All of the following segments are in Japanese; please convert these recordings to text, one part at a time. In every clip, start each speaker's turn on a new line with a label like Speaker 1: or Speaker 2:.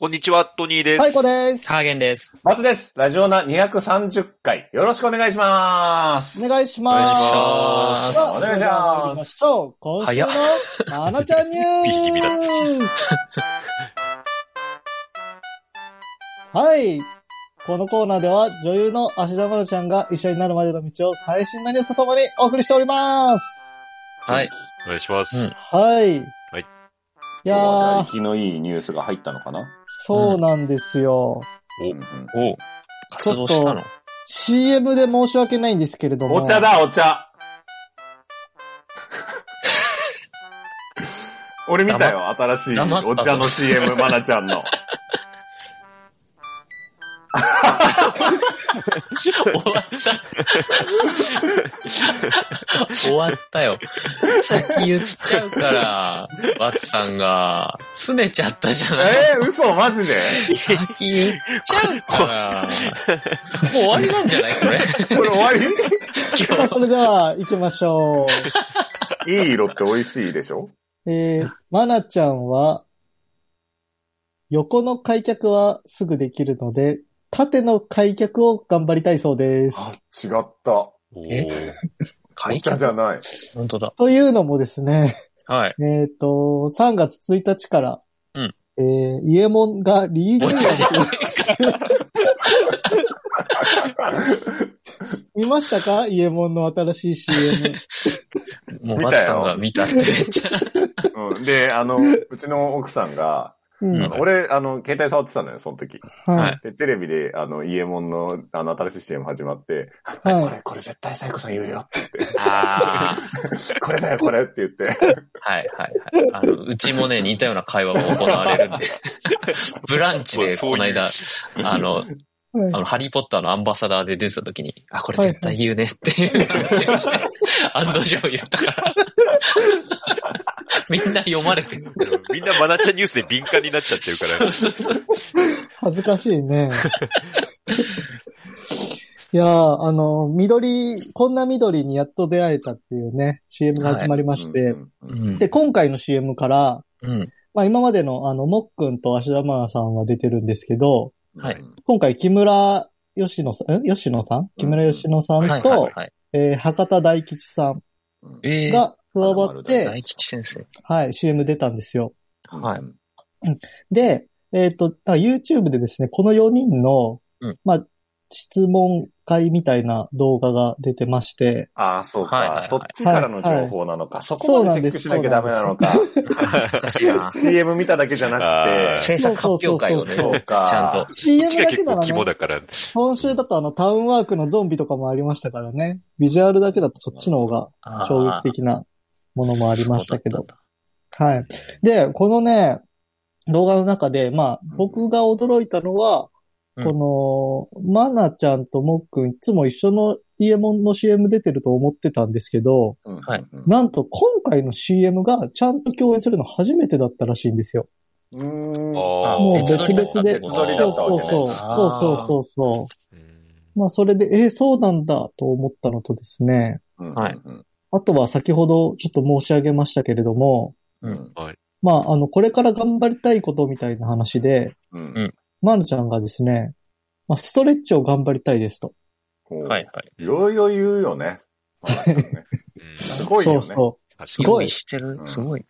Speaker 1: こんにちは、トニーです。
Speaker 2: 最高です。
Speaker 3: ハーゲンです。
Speaker 4: 松です。ラジオナ230回。よろしくお願いします。
Speaker 2: お願いしま
Speaker 1: お
Speaker 2: す。
Speaker 1: 願
Speaker 3: いします
Speaker 2: さあそれでは参りましょう。今 週の、まなちゃんニュ
Speaker 1: ビリビリだ
Speaker 2: ースはい。このコーナーでは女優の芦田愛菜ちゃんが医者になるまでの道を最新のニュースとともにお送りしております。
Speaker 3: はい。
Speaker 1: お願いします。
Speaker 3: うん
Speaker 2: はい。
Speaker 1: はい
Speaker 2: い
Speaker 4: 今日はじゃ
Speaker 2: や
Speaker 4: あ
Speaker 2: ー、
Speaker 4: 息のいいニュースが入ったのかな
Speaker 2: そうなんですよ。
Speaker 1: お
Speaker 4: うんうん
Speaker 3: お活動したの
Speaker 2: CM で申し訳ないんですけれども。
Speaker 4: お茶だ、お 茶。俺見たよ、新しい
Speaker 3: 黙った
Speaker 4: お茶の CM、まなちゃんの。
Speaker 3: 終わった。終わったよ。さっき言っちゃうから、ワッツさんが、拗ねちゃったじゃない。
Speaker 4: えー、嘘、マジで
Speaker 3: さっき言っちゃうから、もう終わりなんじゃないこれ。
Speaker 4: これ終わ
Speaker 2: さ あそれでは行きましょう。
Speaker 4: り いい色って美味しいでしょ
Speaker 2: えー、まなちゃんは、横の開脚はすぐできるので、縦の開脚を頑張りたいそうです。
Speaker 4: あ、違った。
Speaker 1: お
Speaker 3: え
Speaker 1: ー
Speaker 4: お茶じゃない。
Speaker 3: 本当だ。
Speaker 2: というのもですね、
Speaker 3: はい。
Speaker 2: えっ、と、3月1日から、
Speaker 3: うん
Speaker 2: えー、伊右衛門がリーグ
Speaker 3: お茶じゃない
Speaker 2: 見ましたか 伊右衛門の新しい CM。
Speaker 3: もうワッツさんが見たって言っちゃ
Speaker 4: うん、で、あの、うちの奥さんが、
Speaker 2: うん。
Speaker 3: うん
Speaker 4: 俺、あの、携帯触ってたのよ、その時。
Speaker 2: は
Speaker 3: はいい。
Speaker 4: で、テレビで、あの、伊右衛門の、あの、新しい CM 始まって、
Speaker 2: はい
Speaker 4: これ、これ絶対サイコさん言うよ。
Speaker 3: う。ああ。
Speaker 4: これだよ、これって言って。
Speaker 3: はいはいはい。あの、うちもね、似たような会話も行われるんで。ブランチで、この間、あの、
Speaker 2: はい
Speaker 3: あの、ハリーポッターのアンバサダーで出てた時に、あ、これ絶対言うねっていう話をして、案の定言ったから。みんな読まれてる。
Speaker 1: でもみんなマナちゃんニュースで敏感になっちゃってるか
Speaker 3: そうそうそう
Speaker 2: 恥ずかしいね。いやー、あの、緑、こんな緑にやっと出会えたっていうね、CM が始まりまして、
Speaker 4: うんうん
Speaker 2: で、今回の CM から、
Speaker 3: うん。
Speaker 2: まあ今までのあの、もっくんと芦田愛菜さんは出てるんですけど、
Speaker 3: はい
Speaker 2: 今回木村吉野さん、ん吉野さん木村吉野さ
Speaker 3: はいは
Speaker 2: ん
Speaker 3: いは
Speaker 2: と
Speaker 3: い、はい。
Speaker 2: えー博多大吉さん
Speaker 4: うん
Speaker 3: ええー。
Speaker 2: が加わって、
Speaker 3: 大吉先生。
Speaker 2: はい、CM 出たんですよ。
Speaker 3: はい。
Speaker 2: で、えっ、と、だから YouTube でですね、この4人の、
Speaker 3: うん
Speaker 2: まあ、質問会みたいな動画が出てまして、
Speaker 4: ああ、そうか、
Speaker 3: はいはいはい
Speaker 4: そっちからの情報なのか。そ
Speaker 2: そう
Speaker 4: こ
Speaker 2: な
Speaker 4: ま
Speaker 2: ん
Speaker 4: で
Speaker 2: で
Speaker 4: チェッ
Speaker 2: す
Speaker 4: クしなきゃダメなのか。
Speaker 1: ら。
Speaker 3: 難しいな。
Speaker 4: CM 見ただけじゃな
Speaker 1: あー
Speaker 4: くて。
Speaker 3: 制作発表会を
Speaker 2: そ
Speaker 3: ね、
Speaker 2: う
Speaker 3: ち
Speaker 2: そう
Speaker 4: そうか
Speaker 3: ゃんと。
Speaker 2: CM
Speaker 1: こっち
Speaker 2: だ
Speaker 1: が
Speaker 2: け
Speaker 1: 結
Speaker 2: な
Speaker 1: 構
Speaker 2: ら
Speaker 1: 肝
Speaker 2: ね、
Speaker 1: だから。
Speaker 2: 今週だとあの、タウンワークのゾンビとかもありましたからね、ビジュアルだけだとそっちの方が
Speaker 3: あー
Speaker 2: 衝撃的なものもありましたけ
Speaker 3: そ
Speaker 2: ど
Speaker 3: う。だっ
Speaker 2: はい。で、このね、動画の中で、まあ、僕が驚いたのは、
Speaker 3: うん
Speaker 2: この、まなちゃんともっくん、いつも一緒のイエモンの CM 出てると思ってたんですけど、
Speaker 4: うん
Speaker 3: はい。
Speaker 2: なんと今回の CM がちゃんと共演するの初めてだったらしいんですよ。
Speaker 4: うーん。
Speaker 1: あー
Speaker 2: もう別々で。
Speaker 4: 別
Speaker 2: そう
Speaker 4: 撮りだった
Speaker 2: そ
Speaker 4: わ
Speaker 2: う
Speaker 4: け
Speaker 2: そう。
Speaker 4: ね
Speaker 2: そう
Speaker 3: あー
Speaker 2: そうそうそ
Speaker 1: うん
Speaker 2: う。まあ、それで、えーそうなんだと思ったのとですね、
Speaker 4: うんうん
Speaker 3: はい
Speaker 2: あとは先ほどちょっと申し上げましたけれども、
Speaker 4: うん。
Speaker 2: まあ、あの、これから頑張りたいことみたいな話で、
Speaker 3: う
Speaker 4: う
Speaker 3: んん。
Speaker 2: まるちゃんがですね、まあ、ストレッチを頑張りたいですと。
Speaker 4: こう
Speaker 3: はいは。い。
Speaker 4: いろいろ言うよね。すごいよ
Speaker 2: そ
Speaker 4: ね。
Speaker 2: うそ
Speaker 1: す
Speaker 2: すごい
Speaker 3: 用意してる。すごい。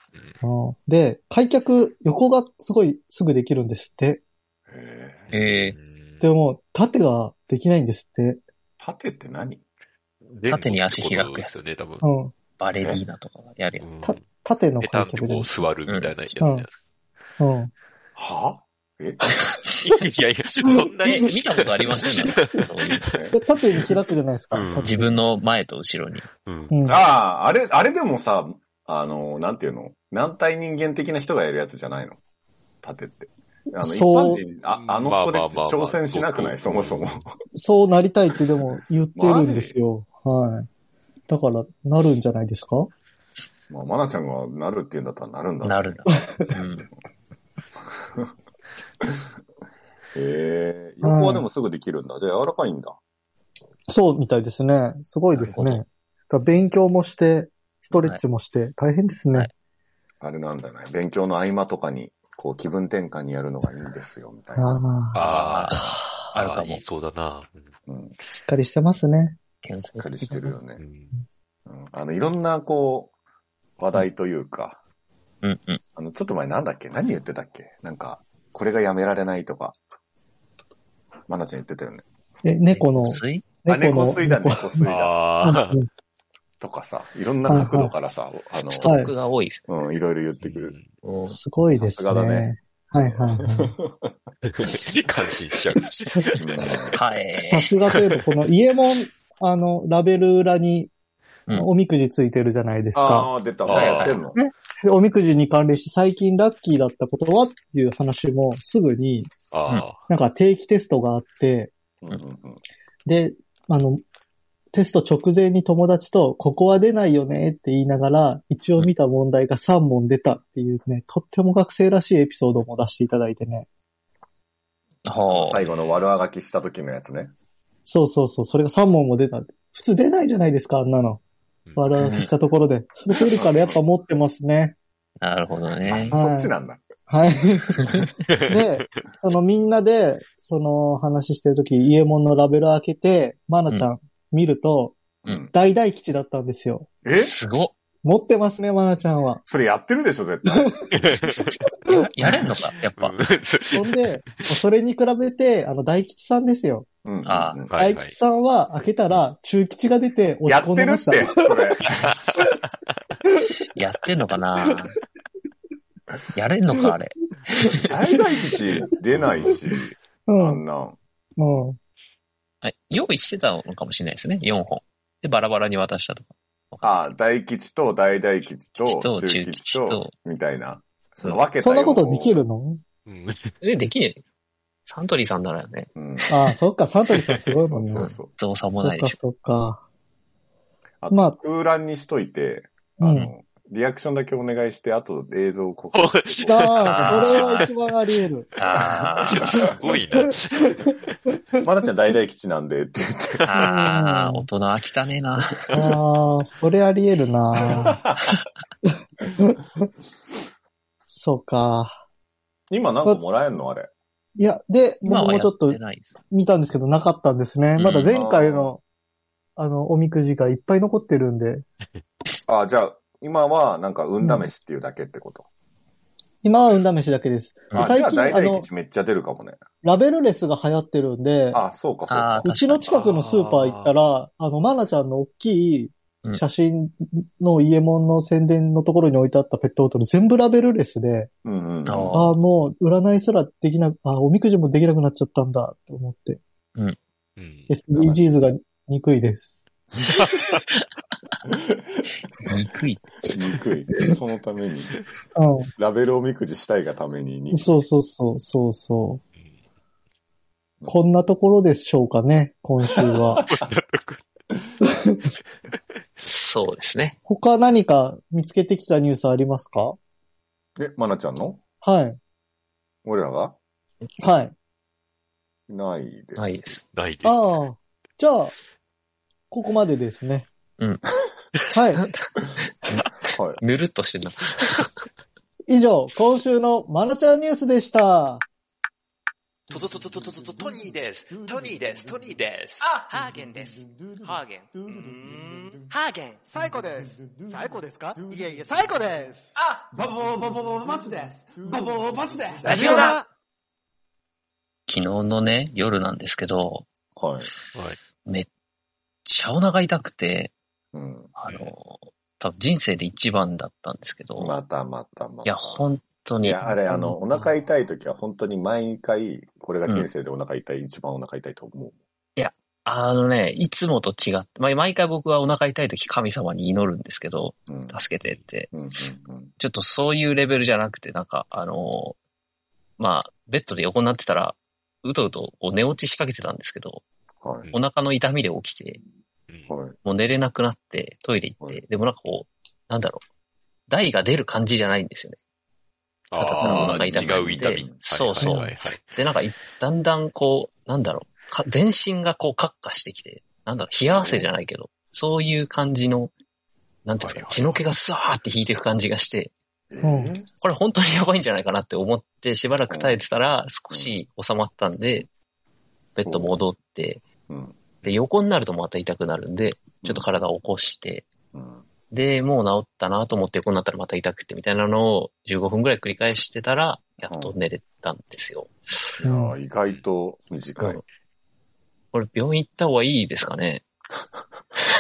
Speaker 2: う、うんで、開脚、横がすごいすぐできるんですって。
Speaker 4: へー
Speaker 3: ええ
Speaker 2: でも、縦ができないんですって。
Speaker 4: 縦って何
Speaker 3: 縦に足開く
Speaker 1: で
Speaker 3: や
Speaker 1: す
Speaker 3: つ
Speaker 1: よね、多分。
Speaker 2: うん。
Speaker 3: バレリーナとかがやるや
Speaker 1: うん
Speaker 2: た縦の
Speaker 1: ペタン
Speaker 2: 開
Speaker 1: って
Speaker 2: 脚で
Speaker 1: こう
Speaker 2: も。
Speaker 1: 座るみたいなやつね。
Speaker 2: うんうん。
Speaker 4: はえ
Speaker 1: いやいや、そんな
Speaker 3: つ。え、
Speaker 1: に。
Speaker 3: 見たことありま せんね。そういう
Speaker 2: で縦に開くじゃないですか。
Speaker 1: うん
Speaker 3: 自分の前と後ろに。
Speaker 1: うん
Speaker 2: うん。
Speaker 4: ああ、あれ、あれでもさ、あの、なんていうの軟体人間的な人がやるやつじゃないの縦って。あの、一
Speaker 2: そう
Speaker 4: 般人、あ、あのストレッチ挑戦しなくないそもそも。
Speaker 2: そうなりたいってでも言ってるんですよ。はい。だから、なるんじゃないですか
Speaker 4: まあ、まなちゃんがなるって言うんだったらなるんだ。
Speaker 3: なるん だ。うん。
Speaker 4: へえ。横はでもすぐできるんだ。じゃあ柔らかいんだ。
Speaker 2: そうみたいですね。すごいですね。
Speaker 3: な
Speaker 2: だから勉強もして、ストレッチもして、大変ですね。
Speaker 3: はい
Speaker 4: あれなんだね。勉強の合間とかにこう気分転換にやるのがいいんですよ、みたいな。
Speaker 2: ああ、
Speaker 1: ああ、
Speaker 3: あるかも
Speaker 1: 言い。そうだな。
Speaker 4: うん。し
Speaker 2: しっかりしてますね。
Speaker 3: 健
Speaker 4: っか
Speaker 3: 康
Speaker 4: りしてるよね
Speaker 1: う。ん。
Speaker 4: うん。あの、いろんな、こう、話題というか、
Speaker 3: うんうん。
Speaker 4: あの、ちょっと前なんだっけ何言ってたっけなんか、これがやめられないとか。まなちゃん言ってたよね。
Speaker 2: え、猫の、
Speaker 3: 水
Speaker 4: あ、猫吸いだ、
Speaker 2: 猫
Speaker 4: 猫吸いだ。
Speaker 1: ああ、
Speaker 4: とかさ、いろんな角度からさ、あ
Speaker 3: スト
Speaker 4: の、
Speaker 3: ックが多いです。
Speaker 4: うん、いろいろ言ってくる。
Speaker 3: うん
Speaker 2: すごいです
Speaker 4: さすがだ
Speaker 2: ね
Speaker 4: ね。
Speaker 2: はいはいはい。
Speaker 1: 感心しちゃう。
Speaker 3: はい。
Speaker 2: さすがといえば、この家門、あの、ラベル裏に、
Speaker 3: うん
Speaker 2: おみくじついてるじゃないですか。
Speaker 4: ああ、出た。
Speaker 1: はいはい
Speaker 4: やってんの
Speaker 2: でおみくじに関連して最近ラッキーだったことはっていう話もすぐに、
Speaker 1: あ
Speaker 2: なんか定期テストがあって、
Speaker 4: うんうんうん
Speaker 2: で、あの、テスト直前に友達と、ここは出ないよねって言いながら、一応見た問題が3問出たっていうね、とっても学生らしいエピソードも出していただいてね。
Speaker 3: はあ
Speaker 4: 最後の悪あがきした時のやつね。
Speaker 2: そうそうそう、それが3問も出た。普通出ないじゃないですか、あんなの。
Speaker 1: うん
Speaker 2: わだしたところで。それ出るからやっぱ持ってますね。
Speaker 3: なるほどね。
Speaker 4: あそっちなんだ。
Speaker 2: はい。 で、そのみんなで、その話してるとき、家門のラベル開けて、まなちゃん見ると、
Speaker 4: うん。
Speaker 2: 大大吉だったんですよ。
Speaker 4: え
Speaker 3: す ごっ。
Speaker 2: 持ってますね、まなちゃんは。
Speaker 4: それやってるでしょ、絶対。
Speaker 3: やれんのか、やっぱ。
Speaker 2: そんで、それに比べて、あの、大吉さんですよ。
Speaker 4: うんうん
Speaker 3: あ
Speaker 4: うん
Speaker 1: はいは
Speaker 2: 大
Speaker 1: い
Speaker 2: 吉。さんは開けたら、中吉が出て落
Speaker 4: や
Speaker 2: ち
Speaker 4: っ
Speaker 2: 込んで
Speaker 4: てる
Speaker 2: ま
Speaker 4: って、
Speaker 2: した。
Speaker 4: それ。
Speaker 3: やってんのかなやれんのか、あれ。
Speaker 4: 大大吉出ないし、あんなん。
Speaker 2: うん。うん。
Speaker 3: あ用意してたのかもしれないですね、4本。で、バラバラに渡したとか。
Speaker 4: あ大吉と大大吉
Speaker 3: 吉と
Speaker 4: と中
Speaker 3: 中
Speaker 4: 吉
Speaker 3: 吉
Speaker 4: と
Speaker 3: と、
Speaker 4: みたいな。その分けた
Speaker 2: そんなこと
Speaker 4: よう
Speaker 2: できるの
Speaker 1: うん
Speaker 3: え、できねえ。サントリーさんならね、
Speaker 4: うん。
Speaker 2: ああ、そっか、サントリーさんすごい
Speaker 4: そ
Speaker 2: もん
Speaker 4: う
Speaker 2: ね。
Speaker 4: そうそう。
Speaker 3: 造作もないでしょ。
Speaker 2: そっか、そ
Speaker 4: あ
Speaker 2: っか。まあ、
Speaker 4: 空欄にしといて、
Speaker 2: う
Speaker 4: あ
Speaker 2: ん。
Speaker 4: の、リアクションだけお願いして、あと映像をこ
Speaker 1: お
Speaker 4: こ。
Speaker 1: す
Speaker 2: ああ、そ れは一番あり得る。
Speaker 3: あ
Speaker 1: ごいな。
Speaker 4: まなちゃん大大吉なんでって言って。
Speaker 3: ーあー、大人飽きたねえな。
Speaker 2: ああ、それあり得るな。そうか。
Speaker 4: 今なんかもらえんのあれ。
Speaker 2: いや、で、僕
Speaker 3: 今は
Speaker 2: も
Speaker 3: や
Speaker 2: ちょっと
Speaker 3: てないです。
Speaker 2: 見たんですけど、なかったんですね。
Speaker 3: うん
Speaker 2: まだ前回の、あの、おみくじがいっぱい残ってるんで、
Speaker 4: あ、じゃあ、今はなんか運試しっていうだけってこと。
Speaker 2: 今は運試しだけです。
Speaker 3: うん
Speaker 4: あ、
Speaker 2: 最
Speaker 4: じゃあ
Speaker 2: 近
Speaker 4: 大
Speaker 2: あ
Speaker 4: 大
Speaker 2: の
Speaker 4: 吉めっちゃ出るかもね。
Speaker 2: ラベルレスが流行ってるんで、
Speaker 4: あ、そうかそう
Speaker 3: あ
Speaker 4: か。
Speaker 2: うちの近くのスーパー行ったら、あの、まなちゃんの大きい写真の家門の宣伝のところに置いてあったペットボトル全部ラベルレスで、
Speaker 4: うんうん。
Speaker 3: あ
Speaker 2: ああ、もう占いすらできなく、ああ、おみくじもできなくなっちゃったんだと思って、
Speaker 1: うん。
Speaker 2: SDGs が憎いです。
Speaker 3: 憎い。
Speaker 4: 憎い。 そのために。
Speaker 2: う
Speaker 4: ラベルおみくじしたいがために
Speaker 2: ん。
Speaker 4: 憎い。
Speaker 2: そうそうそう、そうそう。こんなところでしょうかね、今週 は。
Speaker 3: そうですね。
Speaker 2: 他何か見つけてきたニュースありますか
Speaker 4: え、まなちゃんの
Speaker 2: はい。
Speaker 4: 俺らが
Speaker 2: はい。
Speaker 4: ないです。
Speaker 3: ないです。
Speaker 1: ないです。
Speaker 2: ああ、じゃあ、ここまでですね。
Speaker 3: うん。
Speaker 2: はい。
Speaker 4: はい。
Speaker 3: ぬるっとしてんな。
Speaker 2: 以上、今週のマナちゃんニュースでした。
Speaker 5: トトトトトトトトトニーです。トニーです。トニーです。
Speaker 6: あ、ハーゲンです。。ハーゲン。うーんハーゲン。
Speaker 7: 最高です。最高ですかいえいえ、最高です。
Speaker 6: あ、バボーバボーバボーバツです。バボーバツです。
Speaker 5: ラジオだ
Speaker 3: 昨日のね、夜なんですけど、
Speaker 4: はい。
Speaker 3: めっちゃお腹痛くて、
Speaker 4: うん。
Speaker 3: あの、多分人生で一番だったんですけど、
Speaker 4: またまたま
Speaker 3: い
Speaker 4: た。
Speaker 3: や、本当
Speaker 4: い
Speaker 3: に。
Speaker 4: や、あれ、あの、お腹痛い時は本当に毎回、これが人生でお腹痛い、一番お腹痛いと思う。
Speaker 3: あのね、いつもと違って、まあ、毎回僕はお腹痛い時神様に祈るんですけど、
Speaker 4: うん。うん
Speaker 3: 助けてって。
Speaker 4: うんうん。
Speaker 3: ちょっとそういうレベルじゃなくて、なんか、あのーまあ、ベッドで横になってたら、うとうとこう寝落ちしかけてたんですけど、
Speaker 4: はい。
Speaker 3: お腹の痛みで起きて、
Speaker 4: はい。
Speaker 3: もう寝れなくなって、トイレ行っ
Speaker 4: は
Speaker 3: て、でもなんかこう、なんだろう、台が出る感じじゃないんですよね。
Speaker 1: ああ、違う痛み。
Speaker 3: で、なんかい、だんだんこう、なんだろう、か全身がこう、カッカしてきて、なんだろう、冷や汗じゃないけど、そういう感じの、なんていうんで
Speaker 1: は
Speaker 3: す
Speaker 1: い
Speaker 3: か、
Speaker 1: はい
Speaker 3: 血の気がスワーって引いていく感じがして、
Speaker 2: うん。
Speaker 3: これ本当にやばいんじゃないかなって思って、しばらく耐えてたら、少し収まったんで、ベッド戻って、
Speaker 4: うん。
Speaker 3: で、横になるとまた痛くなるんで、ちょっと体を起こして、
Speaker 4: うん。
Speaker 3: で、もう治ったなと思って横になったらまた痛くてみたいなのを15分くらい繰り返してたら、やっと寝れたんですよ。
Speaker 4: いやー意外と短い。
Speaker 3: これ病院行った方がいいですかね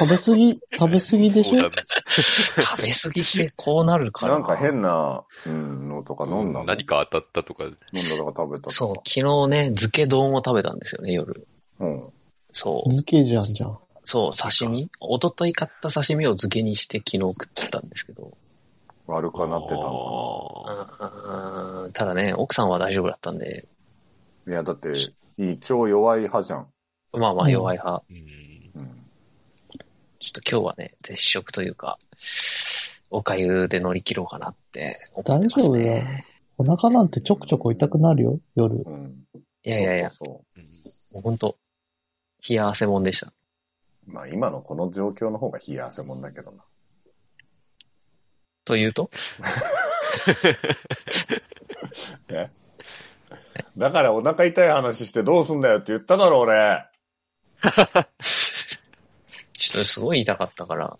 Speaker 2: 食べ過ぎ、食べ過ぎでしょ
Speaker 3: 食べ過ぎってこうなるから。
Speaker 4: なんか変な、うん、のとか飲んだの、
Speaker 1: 何か当たったとか、
Speaker 4: 飲んだとか食べたとか。
Speaker 3: そう、昨日ね、漬け丼を食べたんですよね、夜。
Speaker 4: うん。
Speaker 3: そう。
Speaker 2: 漬けじゃんじゃん。
Speaker 3: そう、刺身一昨日買った刺身を漬けにして昨日食ったんですけど。
Speaker 4: 悪くはなってたの
Speaker 1: の
Speaker 3: あーただね、奥さんは大丈夫だったんで、
Speaker 4: かな。いや、だって、胃腸弱い派じゃん。
Speaker 3: まあまあ弱い派。
Speaker 1: うん。
Speaker 4: うん。
Speaker 3: ちょっと今日はね、絶食というか、おかゆで乗り切ろうかなって思
Speaker 2: 大
Speaker 3: ってま
Speaker 2: 丈
Speaker 3: す
Speaker 2: 夫だよ
Speaker 3: ね。。
Speaker 2: お腹なんてちょくちょく痛くなるよ、夜。
Speaker 4: うん。
Speaker 3: いやいやいや、
Speaker 4: そうそうそ
Speaker 3: もうほんと、冷や汗もんでした。
Speaker 4: うまあ今のこの状況の方が冷や汗もんだけどな。
Speaker 3: というと
Speaker 4: だからお腹痛い話してどうすんだよって言っただろ、俺。
Speaker 3: ちょっとすごい痛かったから、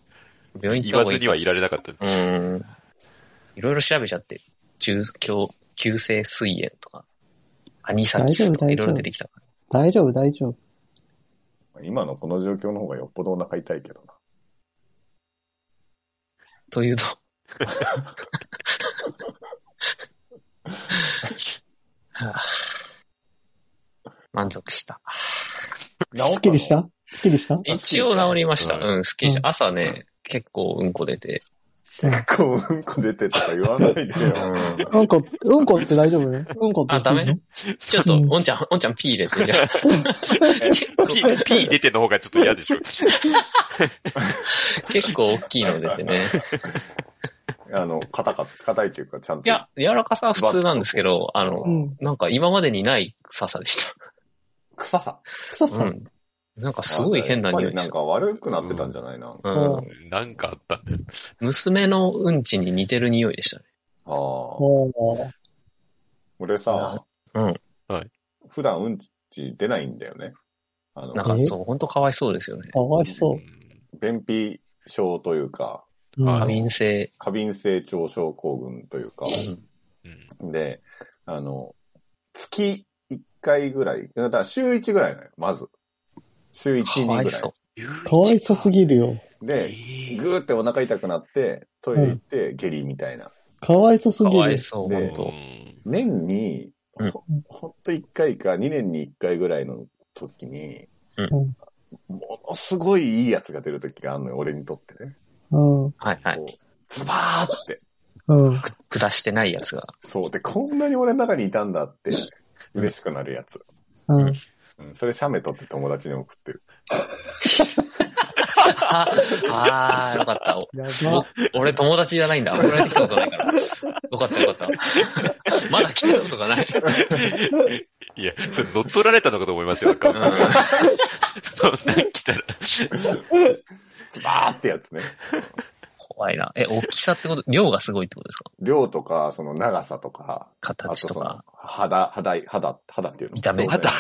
Speaker 3: 病院行
Speaker 1: 言
Speaker 3: った方
Speaker 1: わ
Speaker 3: が
Speaker 1: ず
Speaker 3: い
Speaker 1: に
Speaker 3: いかも
Speaker 1: は
Speaker 3: し
Speaker 1: い
Speaker 3: れ
Speaker 1: られ
Speaker 3: な
Speaker 1: な
Speaker 3: い
Speaker 1: かった。
Speaker 3: うん。いろいろ調べちゃって、中強、急性膵炎とか、アニサキスとか
Speaker 2: 大
Speaker 3: い
Speaker 2: 丈夫大丈夫
Speaker 3: ろいろ出てきたから。
Speaker 2: 大丈夫、大丈夫。
Speaker 4: 今のこの状況の方がよっぽどお腹痛いけどな。
Speaker 3: というと。 はあ満足した。
Speaker 4: 治ったの
Speaker 2: すっきりしたすっきりした
Speaker 3: 一応治りました。
Speaker 1: う
Speaker 3: うん、すっきりし
Speaker 2: うん
Speaker 3: た。朝ね、結構うんこ出て。
Speaker 4: 結構うんこ出てとか言わないで よ。
Speaker 2: うんこ、うんこって大丈夫ねうんこっていいの。
Speaker 3: あダメちょっと、
Speaker 2: うん
Speaker 3: おんちゃん、おんちゃんピー入れて、じゃあ。
Speaker 1: P, P 出ての方がちょっと嫌でし ょ。
Speaker 3: 結構大きいの出てね。
Speaker 4: あの、硬か、硬いというか、ちゃんと。
Speaker 3: いや、柔らかさは普通なんですけ ど、あの、
Speaker 2: うん。
Speaker 3: なんか今までにない臭さでし
Speaker 4: 臭さ。
Speaker 2: 臭
Speaker 3: た。う
Speaker 2: さ。
Speaker 3: ん。なんかすごい変な匂
Speaker 4: やっ
Speaker 3: い
Speaker 4: ぱ
Speaker 3: で
Speaker 4: りなん
Speaker 3: した。
Speaker 4: か悪くなってたんじゃないな。あ
Speaker 3: うん。
Speaker 1: なんかあったんだよ。
Speaker 3: 娘のうんちに似てる匂いでしたね。
Speaker 4: あ。
Speaker 2: も
Speaker 4: 俺さ、
Speaker 3: うん。
Speaker 1: はい。
Speaker 4: 普段うんち出ないんだよね。あの
Speaker 3: なん、か
Speaker 2: え
Speaker 3: そう、ほんとかわいそうですよね
Speaker 2: う、。かわいそうう。
Speaker 1: ん
Speaker 4: 便秘症というか、
Speaker 2: うん
Speaker 1: あ
Speaker 3: 過敏性。
Speaker 4: 過敏性腸症候群というか、
Speaker 1: うん
Speaker 4: で、あの、月1回ぐらい、だから週1ぐらいなのよ、まず。週1、
Speaker 3: か
Speaker 4: 2ぐ
Speaker 3: わ
Speaker 4: ら
Speaker 3: い
Speaker 4: い。
Speaker 3: そう。
Speaker 2: かわいそうすぎるよ。
Speaker 4: で、ぐーってお腹痛くなって、トイレ行って、下痢みたいな。
Speaker 2: かわいそうす
Speaker 3: か
Speaker 2: ぎ
Speaker 3: わ
Speaker 2: る
Speaker 3: い。そう、ほ
Speaker 4: で
Speaker 3: んと。
Speaker 4: 年に、
Speaker 3: うん
Speaker 4: ほほんと1回か2年に1回ぐらいの時に、
Speaker 2: うん
Speaker 4: ものすごいいいやつが出る時があるのよ、俺にとってね。
Speaker 2: うん。
Speaker 3: はいはい。
Speaker 4: こうズバーって。
Speaker 2: うん。
Speaker 3: 下してないやつが。
Speaker 4: そう。で、こんなに俺の中にいたんだって、嬉しくなるやつ。
Speaker 2: うん。
Speaker 4: うん、それ写メ撮って友達に送ってる。
Speaker 3: ああー、よかった。
Speaker 2: やば。
Speaker 3: お俺友達じゃないんだ。送られてきたことない から。よかったよかった。 まだ来たことがない。
Speaker 1: いや、それ乗っ取られたのかと思いますよ、なんか
Speaker 3: うん。は
Speaker 1: そんなん来たら。
Speaker 4: ズバーってやつね。
Speaker 3: 怖いな。え、大きさってこと、量がすごいってことですか
Speaker 4: 量とか、その長さとか、あ
Speaker 3: 形と
Speaker 4: その
Speaker 3: か、
Speaker 4: 肌、肌、肌、肌っていうの
Speaker 3: 見た目
Speaker 4: 肌。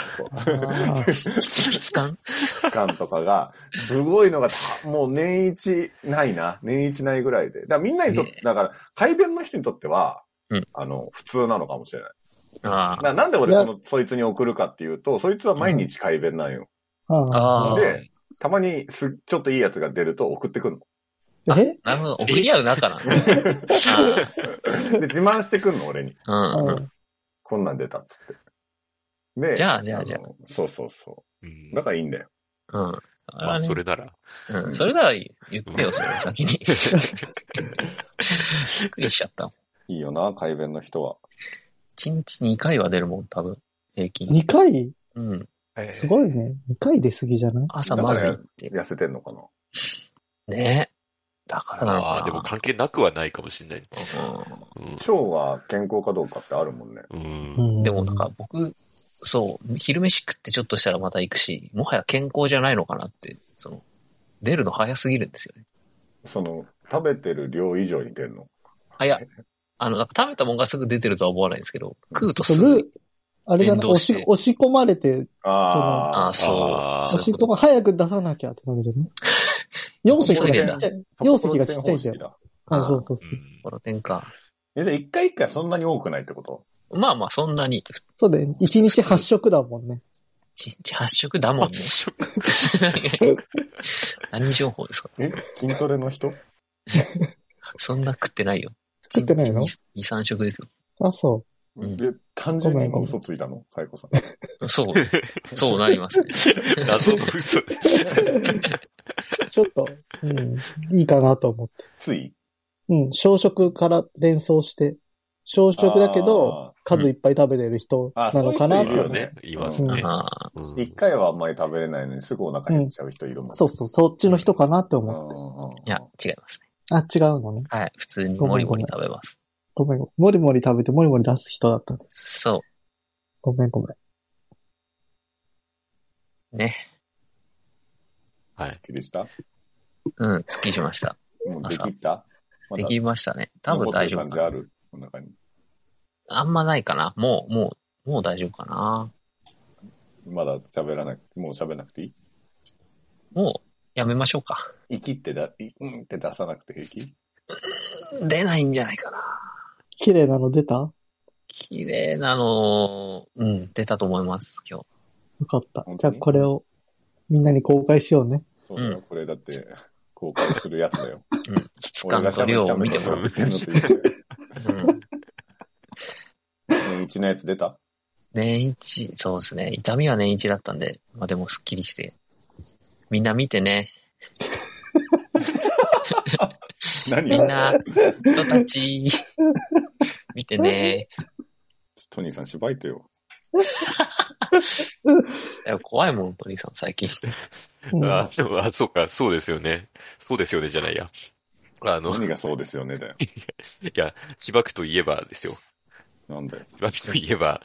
Speaker 3: 質感
Speaker 4: 質感とかが、すごいのがた、もう年一ないな。年一ないぐらいで。だからみんなにとっ
Speaker 3: ね
Speaker 4: て、だから、改便の人にとっては、
Speaker 3: うん
Speaker 4: あの、普通なのかもしれない。
Speaker 3: あ
Speaker 4: ななんで俺
Speaker 2: いや
Speaker 4: その、そいつに送るかっていうと、そいつは毎日改便なんよ。
Speaker 2: あ
Speaker 3: あ
Speaker 2: あ。
Speaker 4: で、たまにす、ちょっといいやつが出ると送ってくん
Speaker 3: あ。
Speaker 2: え
Speaker 3: なるほど。送り合う仲なの。
Speaker 4: の。で、自慢してくんの、俺に。
Speaker 3: あーうん。
Speaker 4: こんなん出たっつって。で、
Speaker 3: じゃあじゃあじゃ
Speaker 4: のそうそうそ
Speaker 1: うん
Speaker 4: う。だからいいんだよ。
Speaker 3: うん。あ
Speaker 1: まあ、
Speaker 3: れね
Speaker 1: それなら。
Speaker 3: うん。それなら言ってよ、それ先に。び っくりしちゃった。
Speaker 4: いいよな、改便の人は。
Speaker 3: 1日2回は出るもん、多分。平均。
Speaker 2: 2回
Speaker 3: うん。
Speaker 2: すごいね。2回出過ぎじゃない
Speaker 3: 朝まず行って。
Speaker 4: 痩せてんのかな。
Speaker 3: ねだからなの
Speaker 1: あ
Speaker 3: か
Speaker 1: あ、
Speaker 3: な。
Speaker 1: でも関係なくはないかもしれない。うん
Speaker 4: 腸は健康かどうかってあるもんね。
Speaker 1: う。
Speaker 2: うんん。
Speaker 3: うんでもなんか僕、そう、昼飯食ってちょっとしたらまた行くし、もはや健康じゃないのかなって、その、出るの早すぎるんですよね。
Speaker 4: その、食べてる量以上に出るの。
Speaker 3: 早い。あの、なんか食べたもんがすぐ出てるとは思わないんですけど、食うとす
Speaker 2: その
Speaker 3: ぐ
Speaker 2: ル、あれだ
Speaker 3: 連
Speaker 2: な、
Speaker 3: 動
Speaker 2: 押
Speaker 3: して
Speaker 2: し、押し込まれて、
Speaker 4: あ
Speaker 3: あ
Speaker 4: あ
Speaker 3: あ、、そ
Speaker 1: あ
Speaker 3: う。
Speaker 1: ー
Speaker 3: そう
Speaker 2: 押
Speaker 3: い
Speaker 2: し
Speaker 3: うこ
Speaker 2: 込ま、早く出さなきゃってなるじゃ んね。容積がちっちゃい。容積がちっちゃいんだよ。
Speaker 4: よ。
Speaker 3: 方式だ
Speaker 2: あそうそうそうう。
Speaker 1: ん
Speaker 3: とこの点か。
Speaker 4: え、じゃあ一回一回そんなに多くないってこと
Speaker 3: まあまあ、そんなに、
Speaker 2: そうだよね。1日8食だもんね。
Speaker 3: 一日8食 だもんね。何情報ですか
Speaker 4: え筋トレの人
Speaker 3: そんな食ってないよ。
Speaker 2: 食ってないの
Speaker 3: ?2、3食です
Speaker 2: あ、そ
Speaker 3: うん
Speaker 4: で、単純に今嘘ついたのサイコさん。
Speaker 3: よ。そう。そうなりますね。
Speaker 1: 謎の嘘。
Speaker 2: う。ちょっと、うん、いいかなと思って。
Speaker 4: つい
Speaker 2: うん、小食から連想して、小食だけど、、数いっぱい食べれる人
Speaker 4: あ
Speaker 2: な
Speaker 4: ーあ
Speaker 2: のかな
Speaker 4: そ
Speaker 2: っ
Speaker 4: ういう
Speaker 2: て
Speaker 4: 人いる
Speaker 1: い
Speaker 2: 思う。
Speaker 4: よね
Speaker 1: ます
Speaker 2: うん
Speaker 1: ね。
Speaker 3: あ
Speaker 1: う
Speaker 4: あ
Speaker 1: ん
Speaker 4: ー一回はあんまり食べれないのにすぐお腹減っちゃう人いるもんね。
Speaker 2: そうそう、そっちの人かなって
Speaker 4: う
Speaker 2: 思う。
Speaker 4: んうんうん
Speaker 3: ーいや、違いますね。
Speaker 2: あ、違うのね。
Speaker 3: はい。普通にもりもり食べます。
Speaker 2: ごめんごめん。もりもり食べてもりもり出す人だったね。
Speaker 3: そ
Speaker 2: ごめんごめん。
Speaker 3: う。ね。
Speaker 1: はい
Speaker 4: すっ。きりした
Speaker 3: うん。すっきりしました。
Speaker 4: もうできたま
Speaker 3: で
Speaker 4: だ
Speaker 3: きましたね。多分大丈
Speaker 4: 残
Speaker 3: 夫
Speaker 4: っ
Speaker 3: か
Speaker 4: てる感じ
Speaker 3: な。
Speaker 4: あるこの中に。
Speaker 3: あんまないかな。もう、もう、もう大丈夫かな。
Speaker 4: まだ喋らなくもう喋らなくていい
Speaker 3: もう、やめましょうか。
Speaker 4: 息ってだ、いうんって出さなくて平気
Speaker 3: 出ないんじゃないかな。
Speaker 2: 綺麗なの出たよ
Speaker 3: 綺麗なの、うん、出たと思います、今日。
Speaker 2: かった
Speaker 4: 本。
Speaker 2: じ
Speaker 4: 当
Speaker 2: ゃあ
Speaker 4: に
Speaker 2: これをみんなに公開しようね。
Speaker 4: そうだ
Speaker 3: う
Speaker 4: よ、これだって、公開するやつだよ。
Speaker 3: うん、質
Speaker 4: 俺
Speaker 3: 感
Speaker 4: が
Speaker 3: と量を見てもらう。
Speaker 4: 喋ってんのと一緒だよ
Speaker 3: うん。
Speaker 4: 年一のやつ出た
Speaker 3: 年一、そうですね。痛みは年一だったんで、まあでもスッキリして。みんな見てね。
Speaker 4: 何
Speaker 3: みんな、人た ち、見てね。
Speaker 4: トニーさん、しばいてよ。
Speaker 3: やっぱ怖いもん、トリーさん、最近。
Speaker 2: うん
Speaker 1: あ、でも、あ、そうか、そうですよね。そうですよね、じゃないや。あの、
Speaker 4: 何
Speaker 1: い
Speaker 4: がそうですよねだよ。
Speaker 1: や、しばくといえばですよ。
Speaker 4: なんだよ。
Speaker 1: しばくといえば、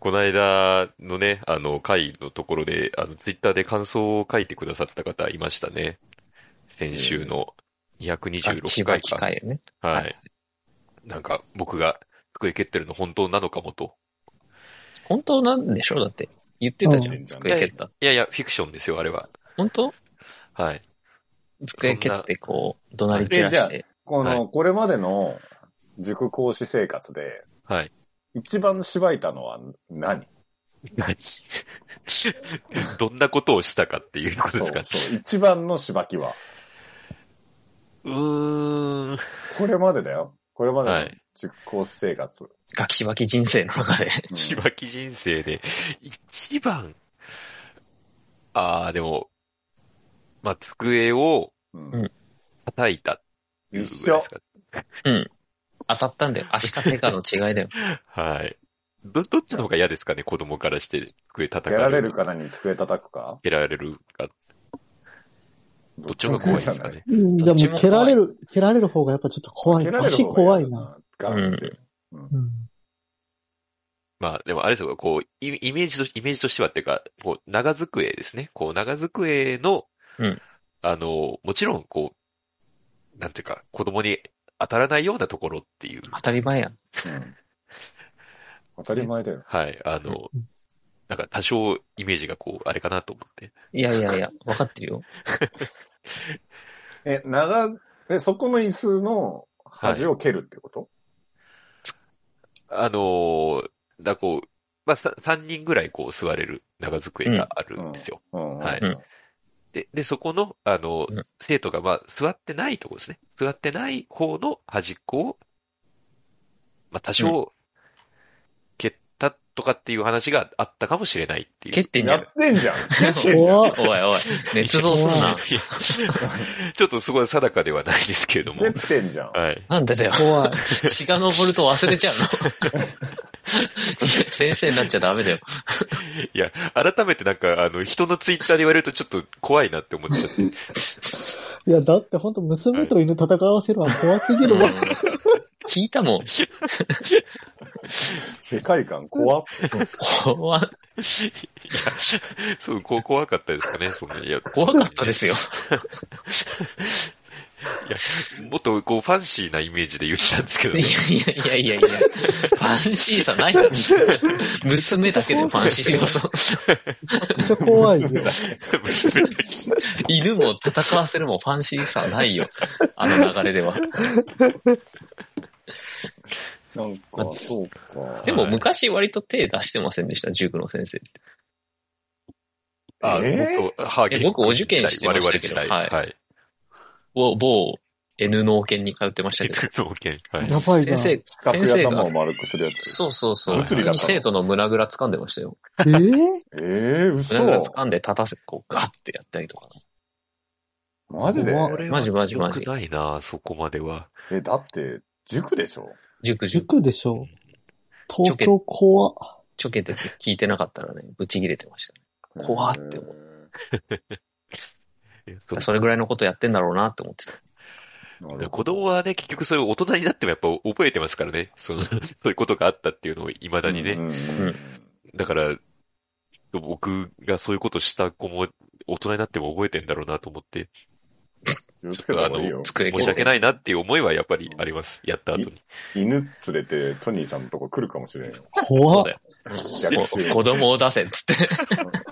Speaker 1: この間のね、あの、回のところで、あの、ツイッターで感想を書いてくださった方いましたね。先週の226
Speaker 3: ば
Speaker 1: 回
Speaker 3: 機
Speaker 1: か。
Speaker 3: 会ね。
Speaker 1: は。
Speaker 3: はい
Speaker 1: なんか、僕が机蹴ってるの本当なのかもと。
Speaker 3: 本当なんでしょうだって。言ってたじゃ
Speaker 4: うん
Speaker 3: ん、机蹴った。
Speaker 1: いやいや、フィクションですよ、あれは。
Speaker 3: 本当
Speaker 1: はい。
Speaker 3: 机蹴って、こう、怒鳴り散ら
Speaker 4: え
Speaker 3: し
Speaker 4: じ
Speaker 3: て。
Speaker 4: この、
Speaker 1: は
Speaker 4: これまでの塾講師生活で、
Speaker 1: はい。
Speaker 4: 一番しばいたのは何
Speaker 1: 何 どんなことをしたかっていうこと
Speaker 4: そ
Speaker 1: で
Speaker 4: う
Speaker 1: すか。
Speaker 4: そう。一番のしばきは。
Speaker 1: うーん。
Speaker 4: これまでだよ。これまで
Speaker 1: は
Speaker 4: の
Speaker 1: い
Speaker 4: 塾講師生活。
Speaker 3: ガキしばき人生の中で。
Speaker 4: うん
Speaker 1: しばき人生で、一番、ああ、でも、まあ、机を
Speaker 4: うん
Speaker 3: うん
Speaker 1: 叩いたっていうぐらいですか。
Speaker 3: 当たったんだよ。足か手かの違いだよ。
Speaker 1: はい。ど、どっちの方が嫌ですかね、子供からして机叩
Speaker 4: や
Speaker 1: かれ
Speaker 4: ら
Speaker 1: る。
Speaker 4: れるからに机叩くか
Speaker 1: 蹴られるか。どっちの方が怖いんですかね。
Speaker 2: うんで
Speaker 3: どっち
Speaker 2: も
Speaker 3: も
Speaker 2: 蹴られる、蹴られる方がやっぱちょっと怖い。
Speaker 4: 蹴られる
Speaker 2: 足
Speaker 4: 方が
Speaker 2: 怖
Speaker 4: 嫌
Speaker 2: い
Speaker 4: だ
Speaker 2: な。。
Speaker 4: ガンって。
Speaker 2: うん。
Speaker 1: まあ、でもあれですよ、こう、イイメージと、イメージとしてはっていうか、こう、長机ですね。こう、長机の、
Speaker 3: うん
Speaker 1: あの、もちろん、こう、なんていうか、子供に当たらないようなところっていう。
Speaker 3: 当たり前やん。
Speaker 4: うん当たり前だよ。
Speaker 1: はい、あの、なんか多少イメージがこう、あれかなと思って。
Speaker 3: いやいやいや、分かってるよ。
Speaker 4: え、長、え、そこの椅子の端を蹴るってこと、
Speaker 1: あのーだこう、まあ、さ3人ぐらいこう座れる長机があるんですよ。
Speaker 4: うんうん
Speaker 1: はい
Speaker 3: うん
Speaker 1: で、で、そこの、あの、
Speaker 3: うん
Speaker 1: 生徒がまあ、座ってないところですね。座ってない方の端っこを、まあ、多少、蹴ったとかっていう話があったかもしれないっていう。
Speaker 3: 蹴ってんじゃ
Speaker 4: や
Speaker 3: ん
Speaker 4: っ。てん じゃん。
Speaker 2: 怖っ。
Speaker 3: おいおい、捏造すんな。
Speaker 1: いや ちょっとすごい定かではないですけれども
Speaker 4: 蹴。ってんじゃん。
Speaker 1: はい。
Speaker 3: なんでだよ。
Speaker 2: 怖い。
Speaker 3: 血が昇ると忘れ ちゃうの。先生になっちゃダメだよ。
Speaker 1: いや、改めてなんか、あの、人のツイッターで言われるとちょっと怖いなって思っちゃって。
Speaker 2: いや、だって本当娘と犬戦わせるのは怖すぎる
Speaker 3: うん
Speaker 2: わ。
Speaker 3: 聞いたもん。
Speaker 4: 世界観怖っ。
Speaker 3: 怖、
Speaker 1: いや、 そう、こ怖かったですかね、そんな。いや、
Speaker 3: 怖かったですよ。
Speaker 1: もっとこうファンシーなイメージで言ったんですけど、ね、
Speaker 3: いやいやいやいやいや。ファンシーさないだろ。娘だけでファンシー要素。
Speaker 2: めっちゃ怖いよ。
Speaker 3: 犬も戦わせるもファンシーさないよ。あの流れでは。
Speaker 4: なんか、そうか。
Speaker 3: でも昔割と手出してませんでした、塾の先生って。
Speaker 1: あ
Speaker 4: えー
Speaker 1: もっとハーゲン
Speaker 3: え僕お受験してましたけ
Speaker 1: 我
Speaker 3: ど
Speaker 1: 々時代
Speaker 3: は
Speaker 1: はい。
Speaker 3: 某某 N 農研に通ってました けど。
Speaker 1: 僕の保険はい。
Speaker 2: やばいな。
Speaker 3: 先生、
Speaker 4: 四角
Speaker 3: 先生
Speaker 4: い頭
Speaker 3: が
Speaker 4: を、丸くするやつ。
Speaker 3: そうそうそう。
Speaker 4: 物
Speaker 3: 普
Speaker 4: 理だから
Speaker 3: 通に生徒の胸ぐら掴んでましたよ。
Speaker 2: えー
Speaker 4: ええー、嘘
Speaker 3: 胸ぐら掴んで立たせ、こうガッてやったりとか。
Speaker 4: マジで
Speaker 2: 怖
Speaker 3: マジマジマジ
Speaker 1: よくないな、そこまでは。
Speaker 4: え、だって、塾でしょ
Speaker 3: 塾塾、
Speaker 2: 塾でしょ東京怖っ
Speaker 3: ちょけてて聞いてなかったらね、ブチ切れてましたね。怖って思
Speaker 4: う。
Speaker 1: え
Speaker 3: だからそれぐらいのことやってんだろうなって思ってた。
Speaker 4: なるほど
Speaker 1: 子供はね、結局それを大人になってもやっぱ覚えてますからね。その、 そういうことがあったっていうのを未だにね。
Speaker 4: うんうんうん
Speaker 3: うん
Speaker 1: だから、僕がそういうことした子も大人になっても覚えてんだろうなと思って、
Speaker 4: 気をつけた方がいい
Speaker 1: あ
Speaker 4: よ。
Speaker 3: 机
Speaker 1: 申し訳
Speaker 3: い。
Speaker 1: ないなっていう思いはやっぱりあります。やった後に。
Speaker 4: 犬連れてトニーさんのとこ来るかもしれんよ。
Speaker 3: そ
Speaker 2: 怖
Speaker 3: う
Speaker 2: っ
Speaker 3: だよ。
Speaker 4: 逆襲。
Speaker 3: 子供を出せっつって。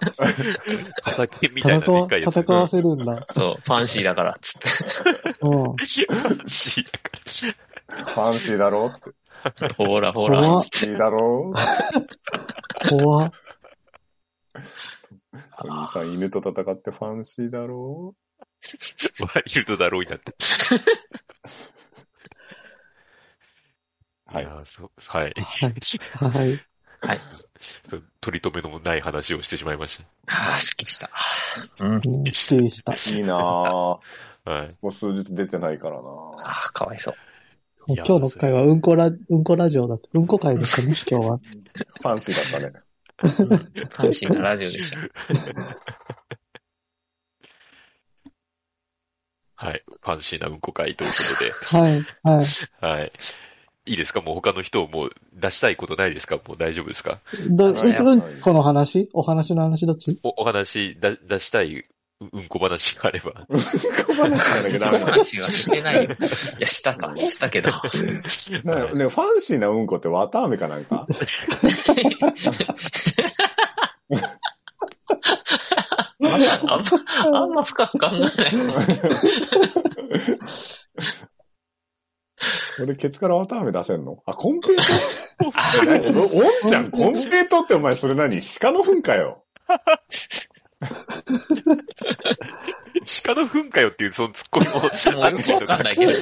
Speaker 1: 畑みたいな
Speaker 2: 戦
Speaker 1: で
Speaker 2: わ、
Speaker 1: っかいやつ。
Speaker 2: 戦わせるんだ。
Speaker 3: そう、ファンシーだからっつって。
Speaker 2: うん。
Speaker 1: しだ から
Speaker 4: ファンシーだろって。
Speaker 3: ほらほらっつ
Speaker 4: い
Speaker 3: っ
Speaker 4: い
Speaker 3: て。
Speaker 4: だろ
Speaker 2: 怖っ
Speaker 4: トニーさん犬と戦ってファンシーだろ
Speaker 1: ワイルドだろうになって。
Speaker 4: はい
Speaker 1: やー。そうはい。
Speaker 2: はい。はい。
Speaker 1: そう取り留めのない話をしてしまいまし
Speaker 3: ああ、すっきりした。うん。
Speaker 2: うん失礼した。
Speaker 4: いいなぁ。
Speaker 1: た。はい。
Speaker 4: もう数日出てないからな
Speaker 3: ああ、かわいそう。
Speaker 1: い
Speaker 2: 今
Speaker 1: や
Speaker 2: 日の回はうんこラ、うんこラジオだって、うんこ会ですね、今日は。
Speaker 4: ファンシーだったね。
Speaker 3: うんファンシーなラジオでした。
Speaker 1: はい。ファンシーなうんこ会ということで。
Speaker 2: はい、はい。
Speaker 1: はい。いいですかもう他の人をもう出したいことないですかもう大丈夫ですか
Speaker 2: ど、
Speaker 4: はい
Speaker 2: うんこの話お話の話どっち
Speaker 1: おお話だ出したいううんこ話があれ ば。
Speaker 4: 小話じゃなきゃダメな
Speaker 3: 話はしてないよ。いや、したか。した けど。
Speaker 4: の。ねね、ファンシーなうんこって綿飴かなんか
Speaker 3: あんま、あんま深く考えない。
Speaker 4: 俺、ケツから綿飴出せんのあ、コンペイトえ何おおんちゃん、コンペイトってお前それ何鹿の糞かよ。
Speaker 1: 鹿の糞かよっていうそのツッコミも。
Speaker 3: もうよくわかんないけど。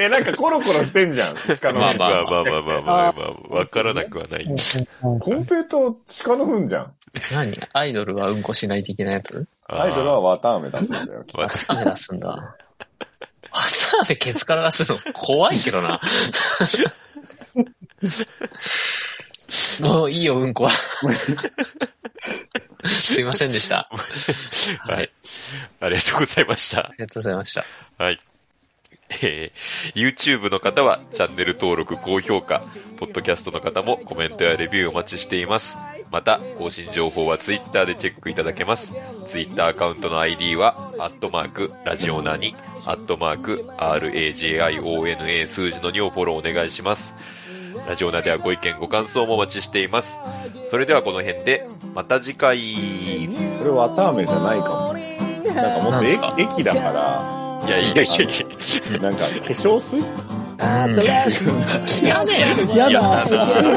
Speaker 4: え、なんかコロコロしてんじゃん、鹿の
Speaker 1: まあ
Speaker 4: 糞。
Speaker 1: まあまあまあまあまあまあ、わからなくはない。
Speaker 4: コンペイト、鹿の糞じゃん。
Speaker 3: 何アイドルはうんこしない的なやつ
Speaker 1: あ
Speaker 4: アイドルは
Speaker 1: ー
Speaker 4: 綿飴出すんだよ。
Speaker 1: まあ
Speaker 3: タメ出すんだ。 わタメケツから出すの怖いけどな。もういいよ、うんこは。すいませんでした。あ
Speaker 1: はい。ありがとうございました。
Speaker 3: りがとうございました。
Speaker 1: はい。えー YouTube の方はチャンネル登録、高評価、ポッドキャストの方もコメントやレビューお待ちしています。また、更新情報は Twitter でチェックいただけます。Twitter アカウントの ID は、アットマーク、ラジオナに、アットマーク、RAJIONA 数字の2をフォローお願いします。ラジオナではご意見、ご感想もお待ちしています。それではこの辺で、また次回。
Speaker 4: これ綿飴じゃないかも。なんかもっと
Speaker 3: なん
Speaker 4: 駅、駅だから、
Speaker 1: いやいやいやいや。
Speaker 4: なんか化粧水
Speaker 3: やね
Speaker 1: や
Speaker 2: や
Speaker 1: だ
Speaker 2: だ
Speaker 1: なぁ。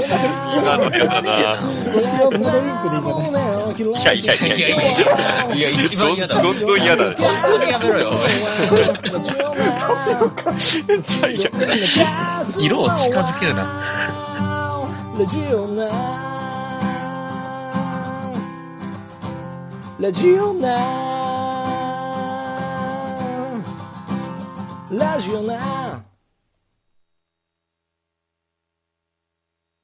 Speaker 1: 嫌だなぁ。
Speaker 2: これはブドウインクでいいんじゃな
Speaker 1: いや
Speaker 2: い
Speaker 1: いやい
Speaker 3: い
Speaker 1: や
Speaker 3: や
Speaker 1: い
Speaker 3: い
Speaker 1: や
Speaker 3: やいや、いや一番嫌だ。
Speaker 1: どんどん嫌だね。
Speaker 3: これやめろよ。
Speaker 1: 最悪だ。
Speaker 3: 色を近づけるな。
Speaker 8: ラジオナラジオナラジオナ